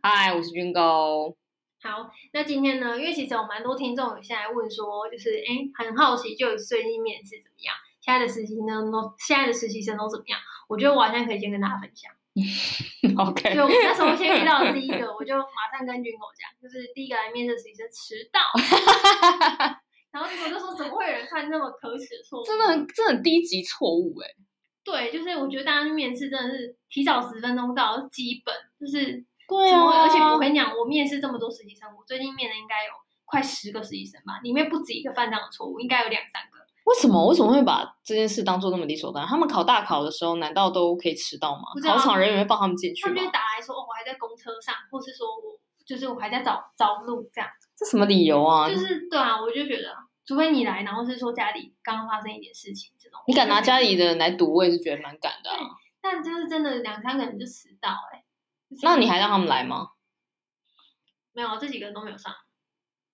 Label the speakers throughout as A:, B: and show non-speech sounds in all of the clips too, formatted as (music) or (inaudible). A: 嗨，哎我是军高。
B: 好，那今天呢，因为其实有蛮多听众有现在问说，就是哎，很好奇，就最近面试怎么样？现在的实习生都现在的实习生都怎么样？我觉得我好像可以先跟大家分享。
A: OK，
B: 啊就我那时候先遇到的第一个，我就马上跟军狗讲，就是第一个来面试的实习生迟到， (laughs) 然后我就说怎么会有人犯那么可耻的错误？
A: 真的很真的很低级错误
B: 欸
A: 哎。
B: 对，就是我觉得大家去面试真的是提早十分钟到是基本，就是
A: 对啊
B: 怎么会而且我
A: 们
B: 跟你讲，我面试这么多实习生，我最近面的应该有快十个实习生吧，里面不止一个犯这样的错误，应该有两三个。
A: 为什么为什么会把这件事当做那么理所当然？他们考大考的时候，难道都可以迟到吗
B: 不？知道
A: 考场人员会放他们进去
B: 他们就
A: 吗？
B: 打来说，哦，我还在公车上，或是说我就是我还在找找路这样，
A: 这什么理由啊？
B: 就是对啊，我就觉得，除非你来，然后是说家里刚刚发生一点事情这种，
A: 你敢拿家里的人来赌，我也是觉得蛮敢的啊、
B: 但就是真的两三个人就迟到哎、欸就是
A: 那你还让他们来吗？
B: 没有这几个都没有上，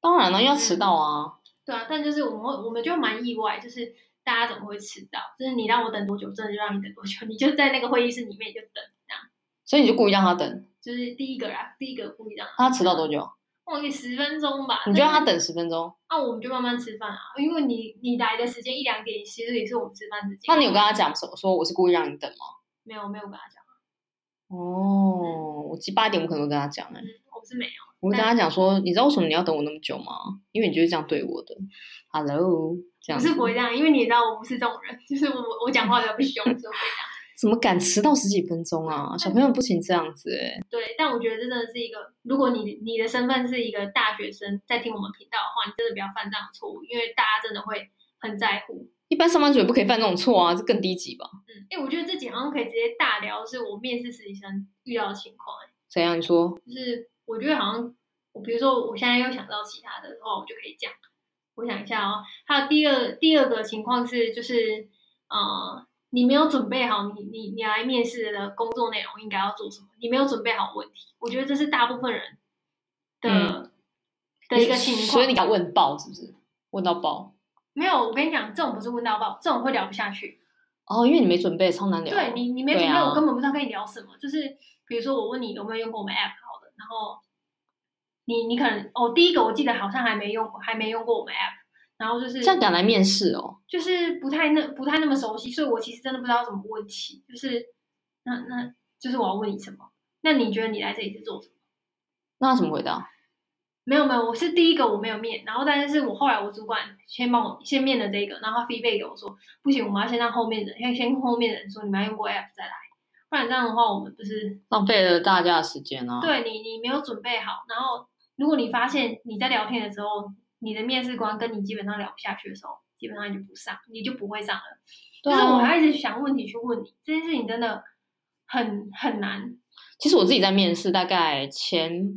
A: 当然了，要迟到啊。
B: 对啊，但就是我们会我们就蛮意外，就是大家怎么会迟到？就是你让我等多久，真的就让你等多久，你就在那个会议室里面就等这样。
A: 所以你就故意让他等，
B: 就是第一个啦，第一个故意这样，
A: 他迟到多久？啊
B: 忘记十分钟吧。
A: 你就让他
B: 但是？
A: 等十分钟？
B: 那、我们就慢慢吃饭啊，因为你你来的时间一两点，其实也是我们吃饭时间。
A: 那你有跟他讲什么？说我是故意让你等吗？
B: 没有没有跟他讲？
A: 哦，我记八点，我可能会跟他讲哎、
B: 嗯，我是没有。
A: 我会跟他讲说，你知道为什么你要等我那么久吗？因为你就是这样对我的。Hello，这
B: 我
A: 样子
B: 是不会这样，因为你也知道我不是这种人，就是我我讲话比较不凶，所以我不会这样。
A: 怎么敢迟到十几分钟啊？小朋友不行这样子哎、
B: 对，但我觉得这真的是一个，如果你你的身份是一个大学生在听我们频道的话，你真的不要犯这样的错误，因为大家真的会很在乎。
A: 一般上班族也不可以犯这种错啊，这更低级吧？
B: 嗯，哎、我觉得这几好像可以直接大聊，是我面试实习生遇到的情况、欸，
A: 怎样？你说
B: 就是我觉得好像我比如说我现在又想到其他的哦话，我就可以讲。我想一下哦，还有第二第二个情况是就是呃，你没有准备好你你你来面试的工作内容应该要做什么，你没有准备好问题，我觉得这是大部分人的、的一个情况。
A: 嗯所以你要问爆是不是？问到爆
B: 没有，我跟你讲，这种不是问到爆，这种会聊不下去。
A: 哦，因为你没准备，超难聊。
B: 对你，你没准备，
A: 对啊
B: 我根本不知道跟你聊什么。就是比如说，我问你有没有用过我们 app 好了，然后你你可能哦，第一个我记得好像还没用，还没用过我们 app，然后就是
A: 这样敢来面试哦？
B: 就是不太那不太那么熟悉，所以我其实真的不知道怎么问起，就是那那就是我要问你什么？那你觉得你来这里是做什么？
A: 那他怎么回答？
B: 没有没有，我是第一个我没有面，然后但是我后来我主管先帮我先面了这个，然后他 feedback 给我说，不行，我们要先让后面的人，先先跟后面的人说你们要用过 app 再来，不然这样的话我们就是
A: 浪费了大家的时间啊！，
B: 对你你没有准备好，然后如果你发现你在聊天的时候，你的面试官跟你基本上聊不下去的时候，基本上你就不上，你就不会上了。
A: 对
B: 就是我
A: 啊。
B: 还要一直想问题去问你，这件事情真的很很难。
A: 其实我自己在
B: 嗯
A: 面试，大概前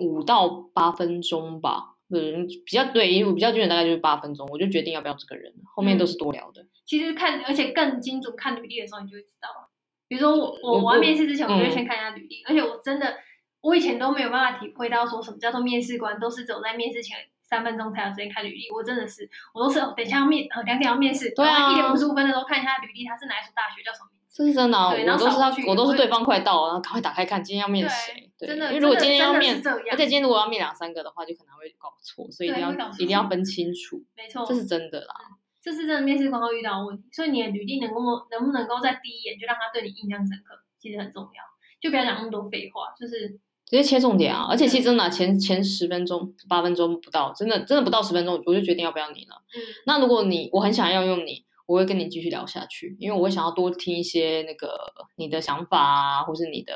A: 五到八分钟吧，嗯，比较对，因为我比较久远，大概就是八分钟，我就决定要不要这个人了，后面都是
B: 嗯
A: 多聊的。
B: 其实看，而且更精准看履历的时候，你就会知道了。比如说我
A: 我
B: 我我要
A: 我
B: 面试之前，我就会
A: 嗯
B: 先看一下履历，而且我真的我以前都没有办法体会到说什么叫做面试官都是走在面试前三分钟才有时间看履历，我真的是我都是哦等一下要面呃两点要面试，
A: 对啊
B: 然后一点五十五分的时候看一下履历，他是哪一所大学叫什么名字。
A: 这是真的、啊，
B: 对然
A: 我
B: 后
A: 都是
B: 扫
A: 要
B: 过去，
A: 我都是
B: 会
A: 对方快到了，然后赶快打开看今天要面
B: 对
A: 谁。对，
B: 真的，
A: 因为如果
B: 真的
A: 今天要
B: 真的是
A: 面，
B: 这样
A: 而且今天如果要面两三个的话，就可能会搞错，所以一定要
B: 对会搞错
A: 一定要分清楚，
B: 没错，
A: 这是真的啦。
B: 这是真的面试官会遇到的问题，所以你的履历能够能不能够在第一眼就让他对你印象深刻，其实很重要。就不要讲那么多废话，就是
A: 直接切重点啊！而且
B: 嗯
A: 其实真的啊、前前十分钟、八分钟不到，真的真的不到十分钟，我就决定要不要你了。
B: 嗯，
A: 那如果你我很想要用你，我会跟你继续聊下去，因为我会想要多听一些那个你的想法啊，或是你的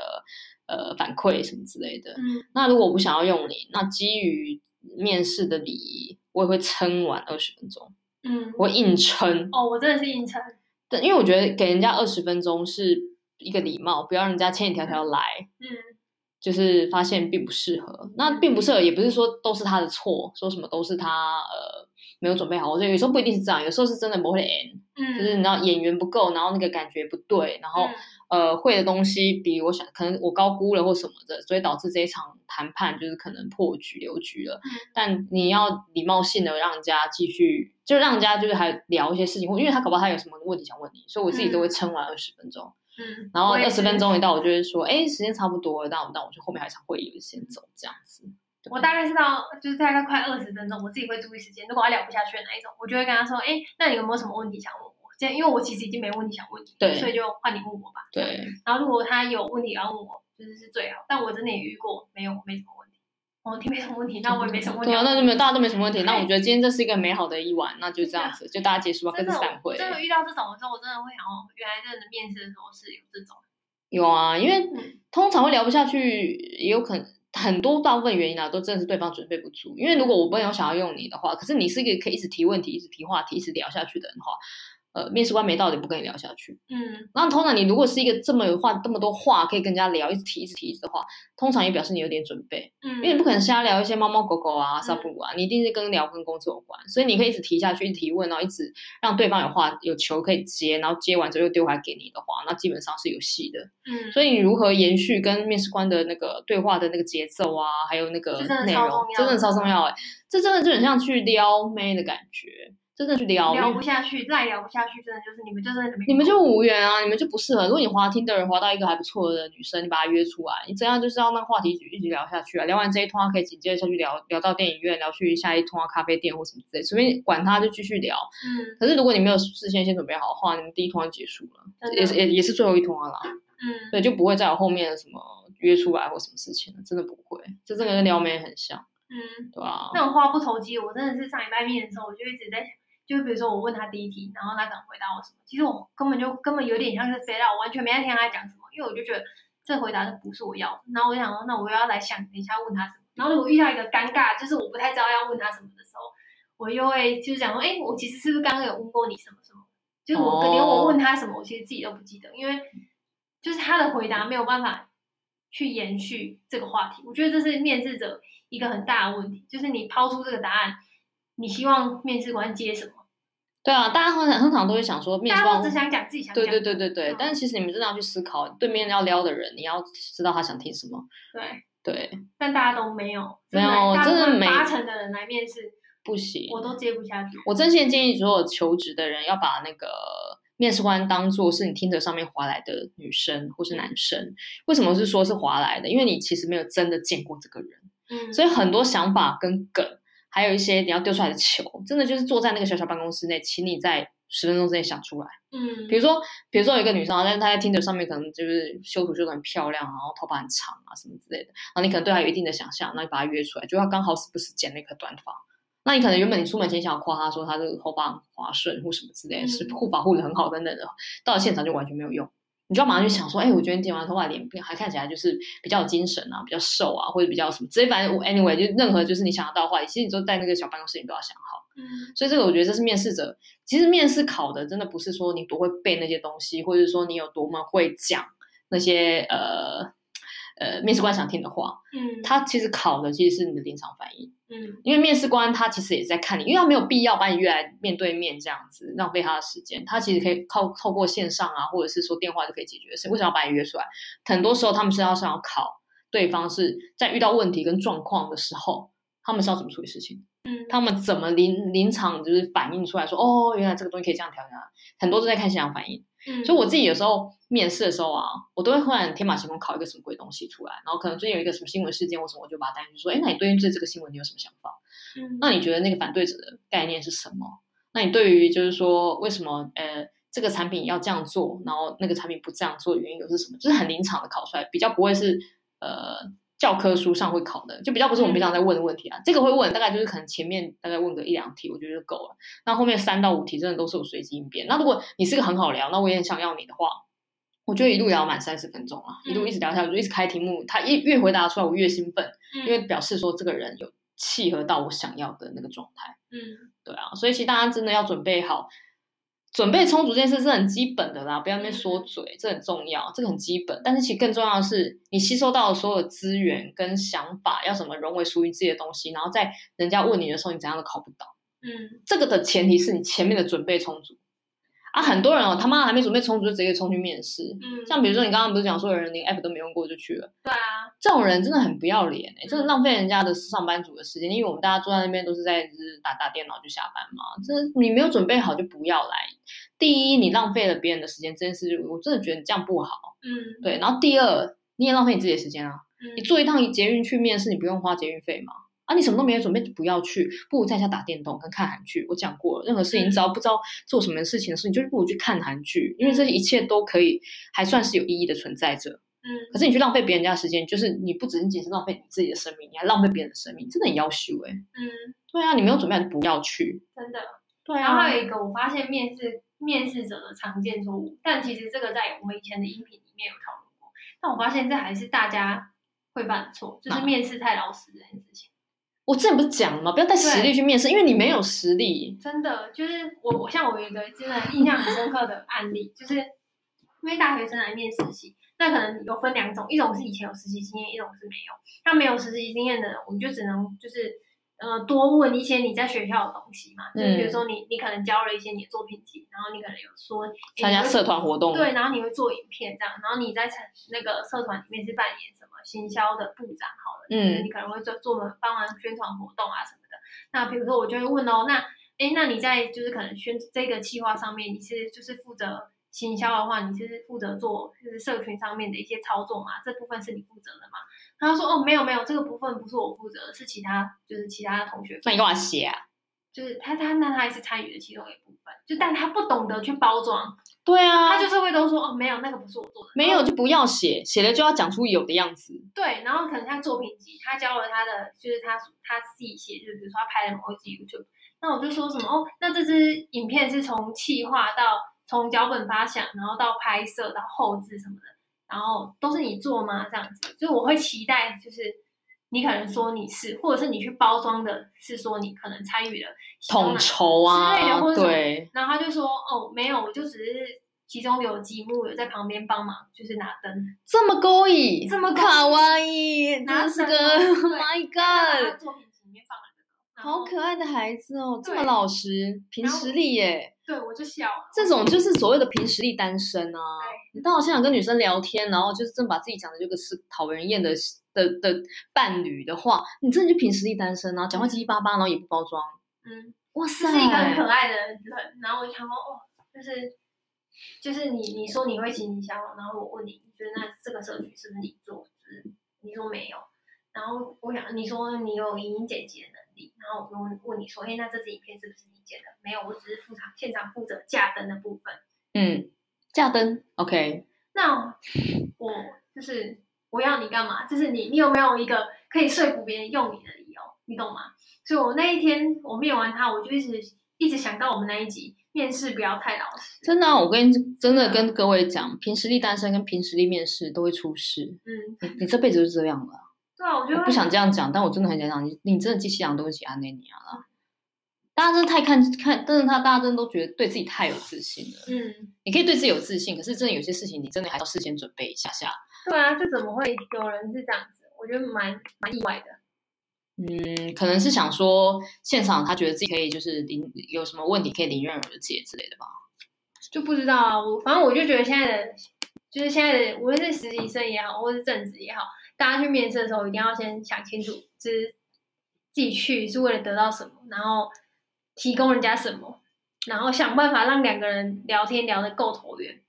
A: 呃反馈什么之类的。
B: 嗯，
A: 那如果我不想要用你，那基于面试的礼仪，我也会撑完二十分钟，
B: 嗯，
A: 我会硬撑。
B: 哦，我真的是硬撑，
A: 但因为我觉得给人家二十分钟是一个礼貌，不要人家千里迢迢来，
B: 嗯，
A: 就是发现并不适合。那并不适合，也不是说都是他的错，说什么都是他呃没有准备好。我觉得有时候不一定是这样，有时候是真的不会演，
B: 嗯，
A: 就是你知道演员不够，然后那个感觉不对，然后
B: 嗯
A: 呃会的东西比我想，可能我高估了或什么的，所以导致这一场谈判就是可能破局留局了。
B: 嗯
A: 但你要礼貌性的让人家继续，就让人家就是还聊一些事情，或因为他搞不好他有什么问题想问你，所以我自己都会撑完二十分钟。
B: 嗯嗯，
A: 然后
B: 我也
A: 二
B: 是
A: 十分钟一到，我就会说，哎，时间差不多了，那我那我就后面还想会有先走这样子。对
B: 我大概是到就是大概快二十分钟，我自己会注意时间。如果他聊不下去的那一种，我就会跟他说：“哎、那你有没有什么问题想问我？”这样，因为我其实已经没问题想问你，
A: 对
B: 所以就换你问我吧。
A: 对，
B: 然后如果他有问题要问我，就是是最好。但我真的也遇过，没有，没什么问题。我听没什么问题，那我也没什么问题
A: 对
B: 要
A: 啊，
B: 问你。
A: 那就没有大家都没什么问题。那我
B: 对
A: 觉得今天这是一个美好的一晚，那就这样子，就大家结束吧，各
B: 真
A: 自
B: 的
A: 散
B: 我
A: 会。
B: 真的哦遇到这种的时候，我真的会想哦，原来真的面试的时候是有这种。
A: 有啊，因为
B: 嗯
A: 通常会聊不下去，也有可能很多大部分原因啊，都真的是对方准备不足。因为如果我没有想要用你的话，可是你是一个可以一直提问题、一直提话题、一直聊下去的人的话，呃，面试官没道理不跟你聊下去。
B: 嗯，
A: 那通常你如果是一个这么有话、这么多话可以跟人家聊、一直提、一直提一直的话，通常也表示你有点准备，
B: 嗯，
A: 因为你不可能瞎聊一些猫猫狗狗啊、散步啊，你一定是跟聊跟工作有关，所以你可以一直提下去、一直提问，然后一直让对方有话、有球可以接，然后接完之后又丢回来给你的话，那基本上是有戏的。
B: 嗯，
A: 所以你如何延续跟面试官的那个对话的那个节奏啊，还有那个
B: 这真的
A: 内
B: 超
A: 容
B: 重，要
A: 真的超重要哎、这真的就很像去撩妹的感觉，真的去撩，
B: 聊
A: 因
B: 不
A: 为
B: 下去，再聊不下去，真的就是你们就真的没
A: 你们就无缘啊，你们就不适合。如果你滑听的人滑到一个还不错的女生，你把她约出来，你这样就是要让话题一直一直聊下去啊。聊完这一通啊，可以紧接着下去聊聊到电影院，聊去下一通啊咖啡店或什么之类，随便管他就继续聊。
B: 嗯
A: 可是如果你没有事先先准备好的话，你们第一通就结束了，
B: 真的
A: 也是也也是最后一通啊啦。
B: 嗯
A: 对，就不会再有后面的什么约出来或什么事情了，真的不会。这真的跟撩妹很像，
B: 嗯，
A: 对啊吧、
B: 那种话不投机，我真的是上礼拜面的时候，我就一直在想，就比如说我问他第一题，然后他可能回答我什么，其实我根本就根本有点像是飞到，我完全没在听他讲什么，因为我就觉得这回答都不是我要的，然后我就想说，那我又要来想等一下问他什么，然后如果遇到一个尴尬，就是我不太知道要问他什么的时候，我又会就是讲说，哎，我其实是不是刚刚有问过你什么什么？就是我
A: 哦
B: 连我问他什么，我其实自己都不记得，因为就是他的回答没有办法去延续这个话题。我觉得这是面试者一个很大的问题，就是你抛出这个答案，你希望面试官接什么？
A: 对啊，大家很很常都会想说面
B: 大
A: 试
B: 家
A: 官
B: 都只，想讲自己想讲
A: 对
B: 的。
A: 对对对对。
B: 嗯
A: 但其实你们真的要去思考，对面要撩的人，你要知道他想听什么。
B: 对
A: 对，
B: 但大家都没有，
A: 没
B: 真的
A: 有
B: 大部
A: 真的
B: 分
A: 没
B: 八成的人来面试，
A: 不行。
B: 我都接不下去。
A: 我真心建议所有求职的人要把那个面试官当做是你听着上面划来的女生或是男生。为什么是说是划来的？因为你其实没有真的见过这个人。
B: 嗯，
A: 所以很多想法跟梗，还有一些你要丢出来的球，真的就是坐在那个小小办公室内，请你在十分钟之内想出来。
B: 嗯
A: 比如说，比如说有一个女生啊，但是她在听着上面可能就是修图修的很漂亮，然后头发很长啊什么之类的，然后你可能对她有一定的想象，那你把她约出来，就她刚好时不时剪了一颗短发。那你可能原本你出门前想要夸她说她这个头发很滑顺或什么之类的，
B: 嗯
A: 是护发护的很好等等的，到了现场就完全没有用。你就要马上去想说，哎、我觉得你剪完头发脸还看起来就是比较有精神啊，比较瘦啊，或者比较什么，这反正我 anyway 就任何就是你想得到的话题，其实你就在那个小办公室你都要想好。
B: 嗯
A: 所以这个我觉得这是面试者，其实面试考的真的不是说你多会背那些东西，或者说你有多么会讲那些呃呃面试官想听的话，
B: 嗯，
A: 他其实考的其实是你的临场反应，
B: 嗯
A: 因为面试官他其实也是在看你，因为他没有必要把你约来面对面这样子浪费他的时间，他其实可以靠透过线上啊，或者是说电话就可以解决的事，为什么要把你约出来？很多时候他们是要想要考对方是在遇到问题跟状况的时候，他们是要怎么处理事情。
B: 嗯，
A: 他们怎么临临场就是反应出来说，哦，原来这个东西可以这样调整啊，很多都在看现场反应。
B: 嗯
A: 所以我自己有时候面试的时候啊，我都会忽然天马行空考一个什么鬼东西出来，然后可能最近有一个什么新闻事件或什么，我就把它带进去说，哎，那你对于这这个新闻你有什么想法？
B: 嗯
A: 那你觉得那个反对者的概念是什么？那你对于就是说为什么呃这个产品要这样做，然后那个产品不这样做的原因又是什么？就是很临场的考出来，比较不会是呃教科书上会考的，就比较不是我们平常在问的问题啊。这个会问，大概就是可能前面大概问个一两题，我觉得就够了。那后面三到五题真的都是我随机应变。那如果你是个很好聊，那我也很想要你的话。我就一路聊满三十分钟啊，一路一直聊下去，我就一直开题目，他一越回答出来，我越兴奋，
B: 嗯
A: 因为表示说这个人有契合到我想要的那个状态，
B: 嗯
A: 对啊，所以其实大家真的要准备好，准备充足这件事是很基本的啦，不要那边说嘴，这很重要，这个很基本。但是其实更重要的是，你吸收到的所有资源跟想法，要怎么融为属于自己的东西，然后在人家问你的时候，你怎样都考不倒。
B: 嗯
A: 这个的前提是你前面的准备充足啊，很多人哦，他妈还没准备充足就直接冲去面试，
B: 嗯，
A: 像比如说你刚刚不是讲说有人连 app 都没用过就去了，
B: 对啊，嗯
A: 这种人真的很不要脸哎、真的浪费人家的上班族的时间，因为我们大家坐在那边都是在就是打打电脑就下班嘛，这你没有准备好就不要来，第一，你浪费了别人的时间，这件事我真的觉得这样不好。
B: 嗯，
A: 对，然后第二，你也浪费你自己的时间啊。
B: 嗯，
A: 你坐一趟捷运去面试，你不用花捷运费吗？啊，你什么都没有准备，就不要去，不如在家打电动跟看韩剧。我讲过了，任何事情
B: 嗯
A: 只要不知道做什么事情的时候，你就不如去看韩剧，因为这一切都可以还算是有意义的存在着。
B: 嗯，
A: 可是你去浪费别人家的时间，就是你不只是仅是浪费你自己的生命，你还浪费别人的生命，真的很要羞哎、
B: 嗯，
A: 对啊，你没有准备好就不要去。
B: 真的。
A: 对
B: 然后
A: 啊
B: 还，有一个，我发现面试面试者的常见错误，但其实这个在我们以前的音频里面有讨论过，但我发现这还是大家会犯的错，就是
A: 哪
B: 面试太老实这件事情。
A: 我之前不是讲了吗？不要带实力去面试，因为你没有实力。
B: 真的就是我，我像我有一个真的印象很深刻的案例，就是因为大学生来面实习，那可能有分两种，一种是以前有实习经验，一种是没有。那没有实习经验的人，我们就只能就是呃多问一些你在学校的东西嘛，就是比如
A: 嗯
B: 说你你可能交了一些你的作品集，然后你可能有说诶
A: 参加
B: 你会
A: 社团活动
B: 对，然后你会做影片这样，然后你在成那个社团里面是扮演什么行销的部长好了，就是
A: 嗯
B: 你可能会做做忙帮忙宣传活动啊什么的。那比如说我就会问哦，那诶，那你在就是可能宣这个计划上面，你是就是负责行销的话，你是负责做就是社群上面的一些操作嘛？这部分是你负责的嘛？然后他说哦，没有没有，这个部分不是我负责的，是其他就是其他同学负责。
A: 那你干嘛写啊？
B: 就是他他那他也是参与的其中一部分，就但他不懂得去包装，
A: 对啊，
B: 他就是会都说哦，没有那个不是我做的，
A: 没有就不要写，写了就要讲出有的样子。
B: 对，然后可能像作品集，他教了他的，就是他他自己写，就是比如说他拍了某一集 YouTube，那我就说什么哦，那这支影片是从企划到从脚本发想，然后到拍摄到后置什么的，然后都是你做吗？这样子，所以我会期待就是你可能说你是，或者是你去包装的是说你可能参与了其中
A: 统
B: 哪
A: 筹
B: 之类
A: 啊
B: 的或，者什么
A: 对，
B: 然后他就说哦，没有，我就只是其中有几幕有在旁边帮忙，就是拿灯。
A: 这么勾引，
B: 这么勾引
A: 卡哇伊，
B: 拿
A: 真是 (laughs) 个
B: 绳子
A: Oh my
B: 他的
A: God，
B: 作品集里面放了这个，
A: 好可爱的孩子哦，这
B: 对
A: 么老实，凭
B: 然后
A: 实力耶，
B: 对我就笑了。
A: 这种就是所谓的凭实力单身啊。你到现场跟女生聊天，然后就是真把自己讲的这个是讨人厌的的的伴侣的话，你真的就凭实力单身啊，讲话七七八八，然后也不包装。
B: 嗯，
A: 哇
B: 这
A: 塞，
B: 是一个很可爱的人，然后我就想说，哦，就是就是你你说你会行销，然后我问你，你觉得那这个社区是不是你做？就是你说没有，然后我想你说你有影音剪辑的能力，然后我就问问你说，哎，那这支影片是不是你剪的？没有，我只是负责现场负责架灯的部分。
A: 嗯，架灯，OK，
B: 那我就是我要你干嘛？就是你，你有没有一个可以说服别人用你的理由？你懂吗？所以我那一天我面完他，我就一直一直想到我们那一集面试不要太老实。
A: 真的啊、我跟真的跟各位讲，凭实力单身跟凭实力面试都会出事，
B: 嗯，
A: 你你这辈子就这样了。
B: 对啊，我就
A: 我
B: 会
A: 不想这样讲，但我真的很想讲，你你真的记西洋东西安内尼亚啊啦。大家真的太看看，但是他大家真的都觉得对自己太有自信了。
B: 嗯，
A: 你可以对自己有自信，可是真的有些事情你真的还要事先准备一下下。
B: 对啊，就怎么会有人是这样子？我觉得蛮蛮意外的。
A: 嗯，可能是想说现场他觉得自己可以就是迎有什么问题可以迎刃而解之类的吧。
B: 就不知道啊，我反正我就觉得现在的，就是现在的，无论是实习生也好，或是正职也好，大家去面试的时候一定要先想清楚，就是自己去是为了得到什么，然后提供人家什么，然后想办法让两个人聊天聊得够投缘，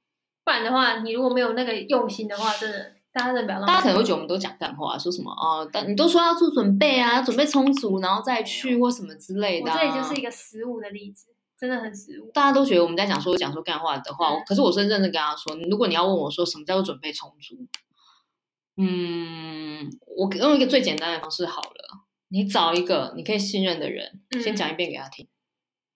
B: 不然的话，你如果没有那个用心的话，真的大家真的不要浪费。
A: 大家可能会觉得我们都讲干话，说什么哦，但你都说要做准备啊，准备充足，然后再去或什么之类
B: 我
A: 的、啊。
B: 这里就是一个实物的例子，真的很实物。
A: 大家都觉得我们在讲说讲说干话的话，
B: 嗯
A: 我可是我是认真跟他说，如果你要问我说什么叫做准备充足，嗯，我给用一个最简单的方式好了，你找一个你可以信任的人，
B: 嗯
A: 先讲一遍给他听，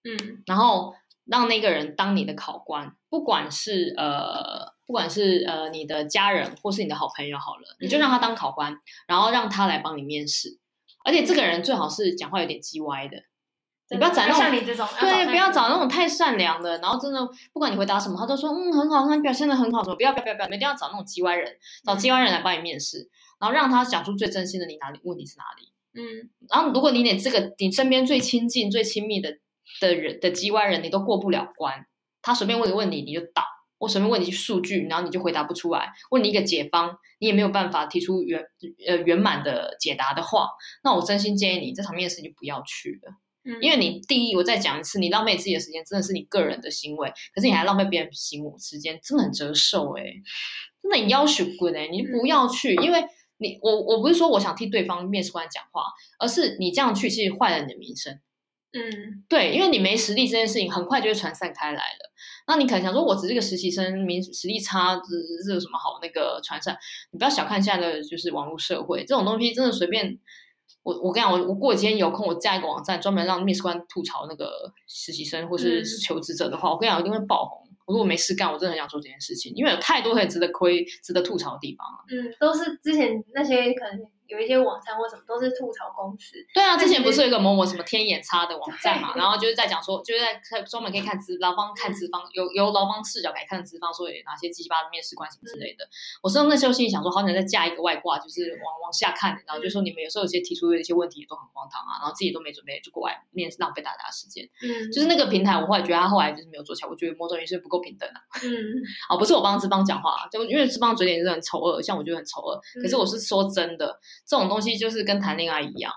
B: 嗯
A: 然后让那个人当你的考官，不管是呃。不管是呃你的家人或是你的好朋友好了，你
B: 嗯
A: 就让他当考官，然后让他来帮你面试，而且这个人最好是讲话有点叽歪的，你不要
B: 真
A: 展
B: 的
A: 那种
B: 像你这种， (laughs)
A: 对，不要
B: 找
A: 找那种太善良的，然后真的不管你回答什么，他都说嗯很好，那你表现的很好，什么不要不要不要不要，你们一定要找那种叽歪人，找叽歪人来帮你面试，然后让他讲出最真心的你哪里问题是哪里，
B: 嗯
A: 然后如果你连这个你身边最亲近最亲密的的人的叽歪人你都过不了关，他随便问个问题你就倒，我随便问你数据，然后你就回答不出来，问你一个解方，你也没有办法提出圆呃圆满的解答的话，那我真心建议你这场面试就不要去了。
B: 嗯嗯
A: 因为你第一，我再讲一次，你浪费自己的时间真的是你个人的行为，可是你还浪费别人行为时间，真的很折寿哎、真的很要求滚哎，你不要去，因为你我我不是说我想替对方面试官讲话，而是你这样去其实坏了你的名声。
B: 嗯
A: 对，因为你没实力这件事情，很快就会传散开来了。那你可能想说，我只是个实习生，名实力差，这这有什么好那个传散？你不要小看现在的就是网络社会这种东西，真的随便。我我跟你讲，我我过几天有空，我架一个网站，专门让面试官吐槽那个实习生或是
B: 嗯
A: 求职者的话，我跟你讲，一定会爆红。我如果没事干，我真的很想做这件事情，因为有太多很值得亏、值得吐槽的地方了。
B: 嗯，都是之前那些可能有一些网站或什么都是吐槽公司，
A: 对啊，之前
B: 但
A: 不
B: 是
A: 是有一个某某什么天眼差的网站嘛，
B: 对嗯
A: 然后就是在讲说，就是在专门可以看资劳方看资方，由由劳方视角来看资方，说有哪些鸡巴的面试官什么
B: 嗯
A: 之类的。我是那时候心里想说，好想再架一个外挂，就是往往下看，然
B: 嗯
A: 后就说你们有时候有些提出的一些问题也都很荒唐啊，然后自己都没准备就过来面试，浪费大家的时间。
B: 嗯，
A: 就是那个平台，我后来觉得他后来就是没有做起来，我觉得某种意义是不够平等啊。
B: 嗯
A: 哦，不是我帮资方讲话啊，就因为资方嘴脸是很丑恶，像我就很丑恶。可是
B: 嗯
A: 我是说真的，这种东西就是跟谈恋爱一样。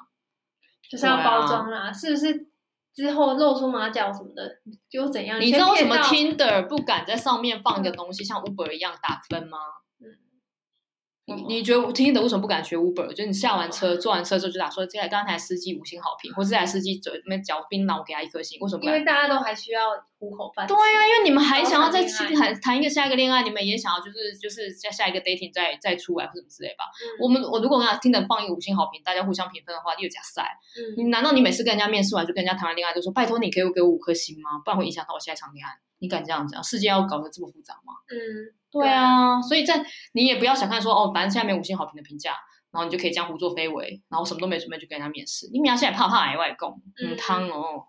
B: 就是要
A: 啊
B: 包装啦，是不是？之后露出马脚什么的，又怎样？
A: 你知道为什么
B: 听？
A: Tinder 不敢在上面放一个东西像 Uber 一样打分吗？
B: 嗯
A: 你你觉得 Tinder 为什么不敢学 Uber？就是你下完车、坐完车之后就打说，这台刚才司机五星好评，或是这台司机嘴那边嚼槟榔，我给他一颗星，为什么不
B: 因
A: 敢
B: 为？大家都还需要糊口饭吃。
A: 对啊呀、因为你们还想要再
B: 然后谈
A: 去
B: 恋
A: 谈谈一个下一个恋爱，你们也想要就是就是下下一个 dating 再再出来或什么之类吧。
B: 嗯
A: 我们我如果让 Tinder 放一个五星好评，大家互相评分的话，又加塞。你
B: 嗯
A: 难道你每次跟人家面试完就跟人家谈完恋爱就说拜托你给我给我五颗星吗？不然会影响到我下一场恋爱。你敢这样讲？世界要搞得这么复杂吗？
B: 嗯，
A: 对，啊，所以在你也不要小看说哦，反正现在没有五星好评的评价，然后你就可以这样胡作非为，然后什么都没准备就跟人家面试，你明现在怕怕矮外公，嗯，
B: 嗯
A: 汤哦，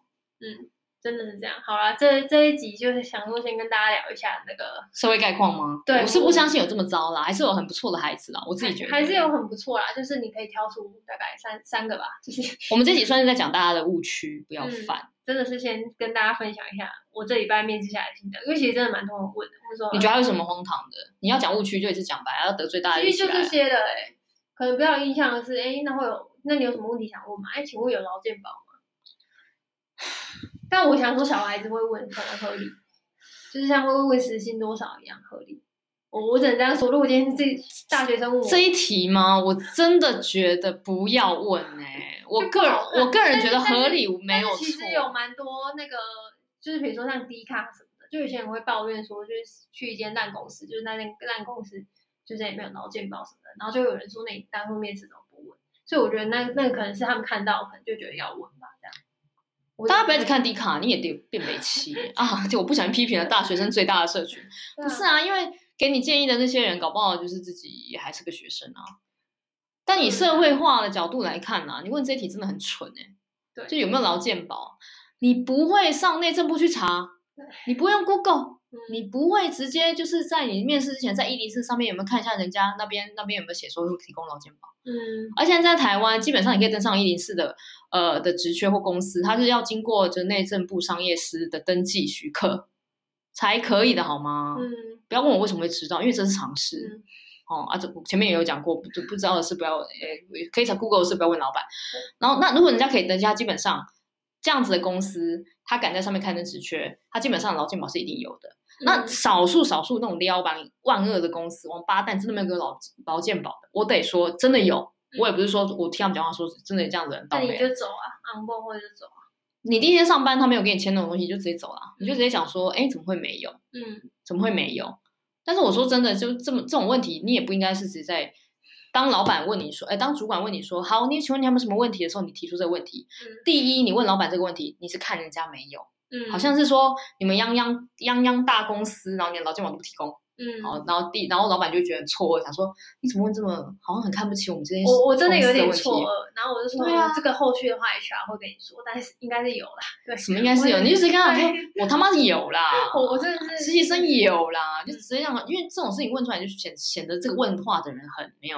B: 真的是这样。好啦，这这一集就是想说先跟大家聊一下那个，
A: 社会概况吗？
B: 对
A: 我是不相信有这么糟啦，还是有很不错的孩子啦，我自己觉得
B: 还是有很不错啦，就是你可以挑出大概三三个吧，就是
A: 我们这集算是在讲大家的误区，不要
B: 嗯
A: 犯。
B: 真的是先跟大家分享一下我这礼拜面试下来的心得，因为其实真的蛮多人问的，或者说
A: 你觉得还有什么荒唐的？你要讲误区就一直讲白，要得罪大家一
B: 其实就
A: 起
B: 这
A: 来。啊
B: 些的哎、可能比较有印象的是，哎、那会有，那你有什么问题想问吗？哎、请问有劳健保吗？但我想说，小孩子会问，可能合理，就是像会问时薪多少一样合理。我我只能这样说，如果今天是大学生问我，
A: 这一题吗？我真的觉得不要问哎、
B: (laughs)
A: 我个
B: 就
A: 人
B: 不好问
A: 我个人觉得
B: 但是
A: 合理没
B: 但
A: 有
B: 是
A: 错。
B: 其实有蛮多那个，就是比如说像低卡什么的，就有些人会抱怨说，就是去一间烂公司，就是那间烂公司就是也没有劳健保什么的，然后就有人说那你单位面试怎么不问？所以我觉得那那个可能是他们看到，可能就觉得要问吧，这样。我
A: 大家不要
B: 觉
A: 只
B: 得，
A: 看低卡，你也得变北七啊！就我不小心批评了大学生最大的社群。
B: 对啊
A: 不是啊，因为给你建议的那些人，搞不好就是自己也还是个学生啊。但以
B: 啊
A: 社会化的角度来看啊，你问这一题真的很蠢哎、
B: 对
A: 就有没有劳健保？你不会上内政部去查
B: 对，
A: 你不会用
B: 嗯
A: Google，你不会直接就是在你面试之前，在一零四上面有没有看一下人家那边那边有没有写说会提供劳健保？
B: 嗯
A: 而且在台湾，基本上你可以登上一零四的呃的职缺或公司，它是要经过就内政部商业司的登记许可才可以的，好吗？
B: 嗯
A: 不要问我为什么会知道，因为这是常识。
B: 嗯
A: 哦啊，这我前面也有讲过，不就不知道的事不要，呃，可以查 Google 的事不要问老板。然后那如果人家可以人家基本上这样子的公司，他敢在上面开登职缺，他基本上劳健保是一定有的。那
B: 嗯
A: 少数少数那种撩板万恶的公司，王八蛋真的没有给我劳劳健保的，我得说真的有。我也不是说我听他们讲话说真的有这样子的人倒
B: 嗯那
A: 霉
B: 你
A: 啊，
B: 就走啊，昂过或者就走啊。
A: 你第一天上班他没有给你签那种东西，你就直接走了，你就直接讲说，哎，怎么会没有？
B: 嗯
A: 怎么会没有？但是我说真的，就这么这种问题，你也不应该是只在当老板问你说，哎，当主管问你说，好，你请问你还有没有什么问题的时候，你提出这个问题。
B: 嗯
A: 第一，你问老板这个问题，你是看人家没有，
B: 嗯，
A: 好像是说你们泱泱泱泱大公司，然后你的劳健保都不提供，
B: 嗯，
A: 好，然后第然后老板就觉得很错愕，想说你怎么问这么好像很看不起我们这些
B: 我我真的有点
A: 公司的
B: 错
A: 问题
B: 愕，然后我就说，
A: 对啊
B: 嗯这个后续的话 HR 会跟你说，但是应该是有啦。对，
A: 什么应该是有，你就直接跟他讲说，我他妈是有啦，
B: (laughs) 我我真的是嗯
A: 实习生有啦，就直接让他，因为这种事情问出来，就显显得这个问话的人很没有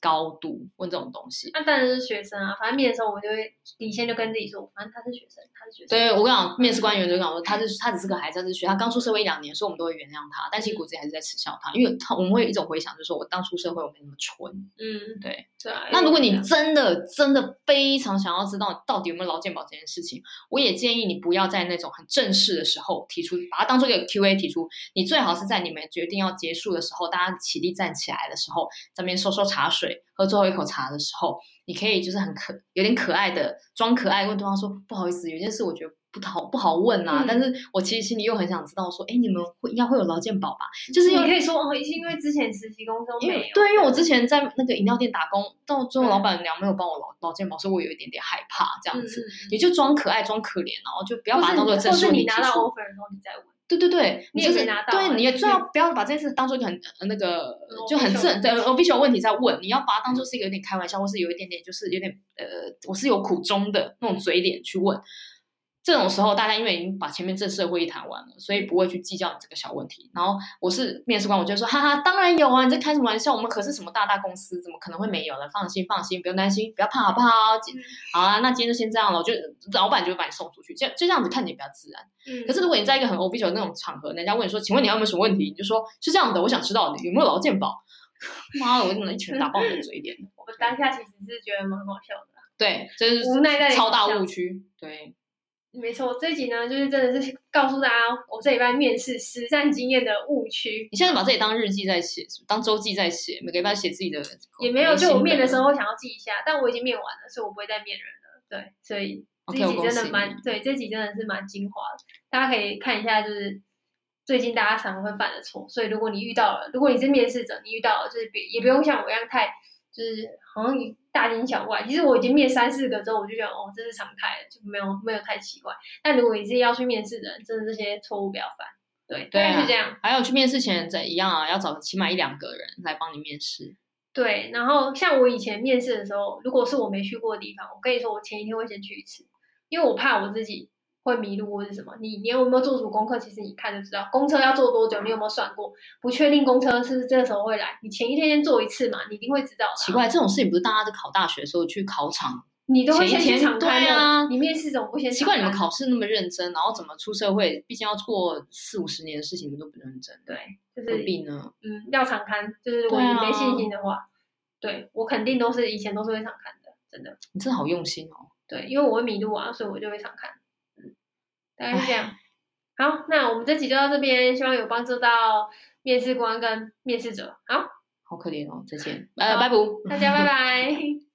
A: 高度问这种东西。
B: 那当然是学生啊，反正面的时候我就会底线就跟自己说，反正他是学生，他是学生。
A: 对我跟你讲，面试官员就跟我说，他是他只是个孩子，他是学他刚出社会一两年，所以我们都会原谅他，但其实骨子里还是在耻笑他，因为他我们会有一种回想，就是说我当初社会我没那么蠢。
B: 嗯，
A: 对
B: 对啊。
A: 那如果
B: 因
A: 你
B: 为
A: 真的真的非常想要知道到底有没有劳健保这件事情，我也建议你不要在那种很正式的时候提出，把它当做一个 Q&A 提出。你最好是在你们决定要结束的时候，大家起立站起来的时候，咱们收收茶水，喝最后一口茶的时候，你可以就是很可有点可爱的装可爱问对方说不好意思，有件事我觉得。不好不好问啊，
B: 嗯
A: 但是我其实心里又很想知道，说，哎，你们会应该会有劳健保吧？就是有
B: 你可以说哦，是因为之前实习工作
A: 因
B: 没
A: 为
B: 有。
A: 对，因为我之前在那个饮料店打工，到最后老板娘没有帮我劳劳健保，所以我有一点点害怕这样
B: 嗯
A: 子。
B: 嗯嗯
A: 你就装可爱，装可怜，然后就啊不要把它当
B: 或
A: 做
B: 是
A: 证
B: 或
A: 书
B: 是你
A: 提
B: 拿到
A: 出
B: offer 的时候，你再问。
A: 对对对，
B: 你
A: 就
B: 也没
A: 是
B: 拿到啊
A: 对，你也
B: 你
A: 最好不要把这件事当做一个很呃那个呃就很
B: Official
A: 正对 official 问题在问，你要把它当做是一个有点开玩笑，或是有一点点就是有点呃，我是有苦衷的那种嘴脸去问。这种时候，大家因为已经把前面正式的会议谈完了，所以不会去计较你这个小问题。然后我是面试官，我就说哈哈，当然有啊，你在开什么玩笑？我们可是什么大大公司，怎么可能会没有呢？放心，放心，不用担心，不要怕，好不好？今
B: 嗯
A: 好啊，那今天就先这样了，我就老板就会把你送出去，这样就这样子看起来比较自然。
B: 嗯，
A: 可是如果你在一个很 official 的那种场合，人家问你说：“请问你还有没有什么问题？”你就说：“是这样的，我想知道你有没有劳健保。” (laughs) 妈的，我怎么一拳打爆你的嘴脸？
B: 我当下其实是觉得蛮好笑的。
A: 对，这是
B: 无奈在
A: 超大
B: 想
A: 误区。对，
B: 没错，这一集呢，就是真的是告诉大家我这礼拜面试实战经验的误区，
A: 你现在把自己当日记在写，是不是当周记在写，每个礼拜写自己的
B: 也没有就我面的时
A: 候。
B: 候想要记一下，但我已经面完了，所以我不会再面人了。对，所以这
A: OK，
B: 一
A: 我
B: 集
A: 恭
B: 真
A: 喜
B: 的蛮
A: 你
B: 对，这一集真的是蛮精华的，大家可以看一下，就是最近大家常会犯的错，所以如果你遇到了，如果你是面试者，你遇到了就是别也不用像我一样太就是好像你大惊小怪。其实我已经面三四个之后，我就觉得哦，这是常态了，就没有没有太奇怪。但如果你是要去面试的人，真的这些错误不要犯。对，
A: 对
B: 大概
A: 啊
B: 是这样。
A: 还有去面试前在一样啊，要找起码一两个人来帮你面试。
B: 对，然后像我以前面试的时候，如果是我没去过的地方，我跟你说，我前一天会先去一次，因为我怕我自己会迷路或是什么。你你有没有做足功课？其实你看就知道，公车要坐多久，你有没有算过？不确定公车是不是这个时候会来，你前一天先做一次嘛，你一定会知道的啊。
A: 奇怪，这种事情不是大家在考大学的时候去考场？
B: 你都会
A: 前
B: 先去
A: 一天
B: 敞开
A: 对
B: 了
A: 啊
B: 你面试怎么不先？
A: 奇怪，你们。考试那么认真，然后怎么出社会？毕竟要做四五十年的事情，你们都不认真，
B: 对，就
A: 何
B: 是
A: 必呢？
B: 嗯，要常看，就是如果
A: 对
B: 你
A: 啊
B: 没信心的话，对我肯定都是以前都是会常看的，真的。
A: 你真的好用心哦。
B: 对，因为我会迷路啊，所以我就会常看。嗯，大概是这样。好，那我们这集就到这边，希望有帮助到面试官跟面试者。好，
A: 好可怜哦，再见，呃，
B: 好
A: 拜拜。
B: 大家拜拜。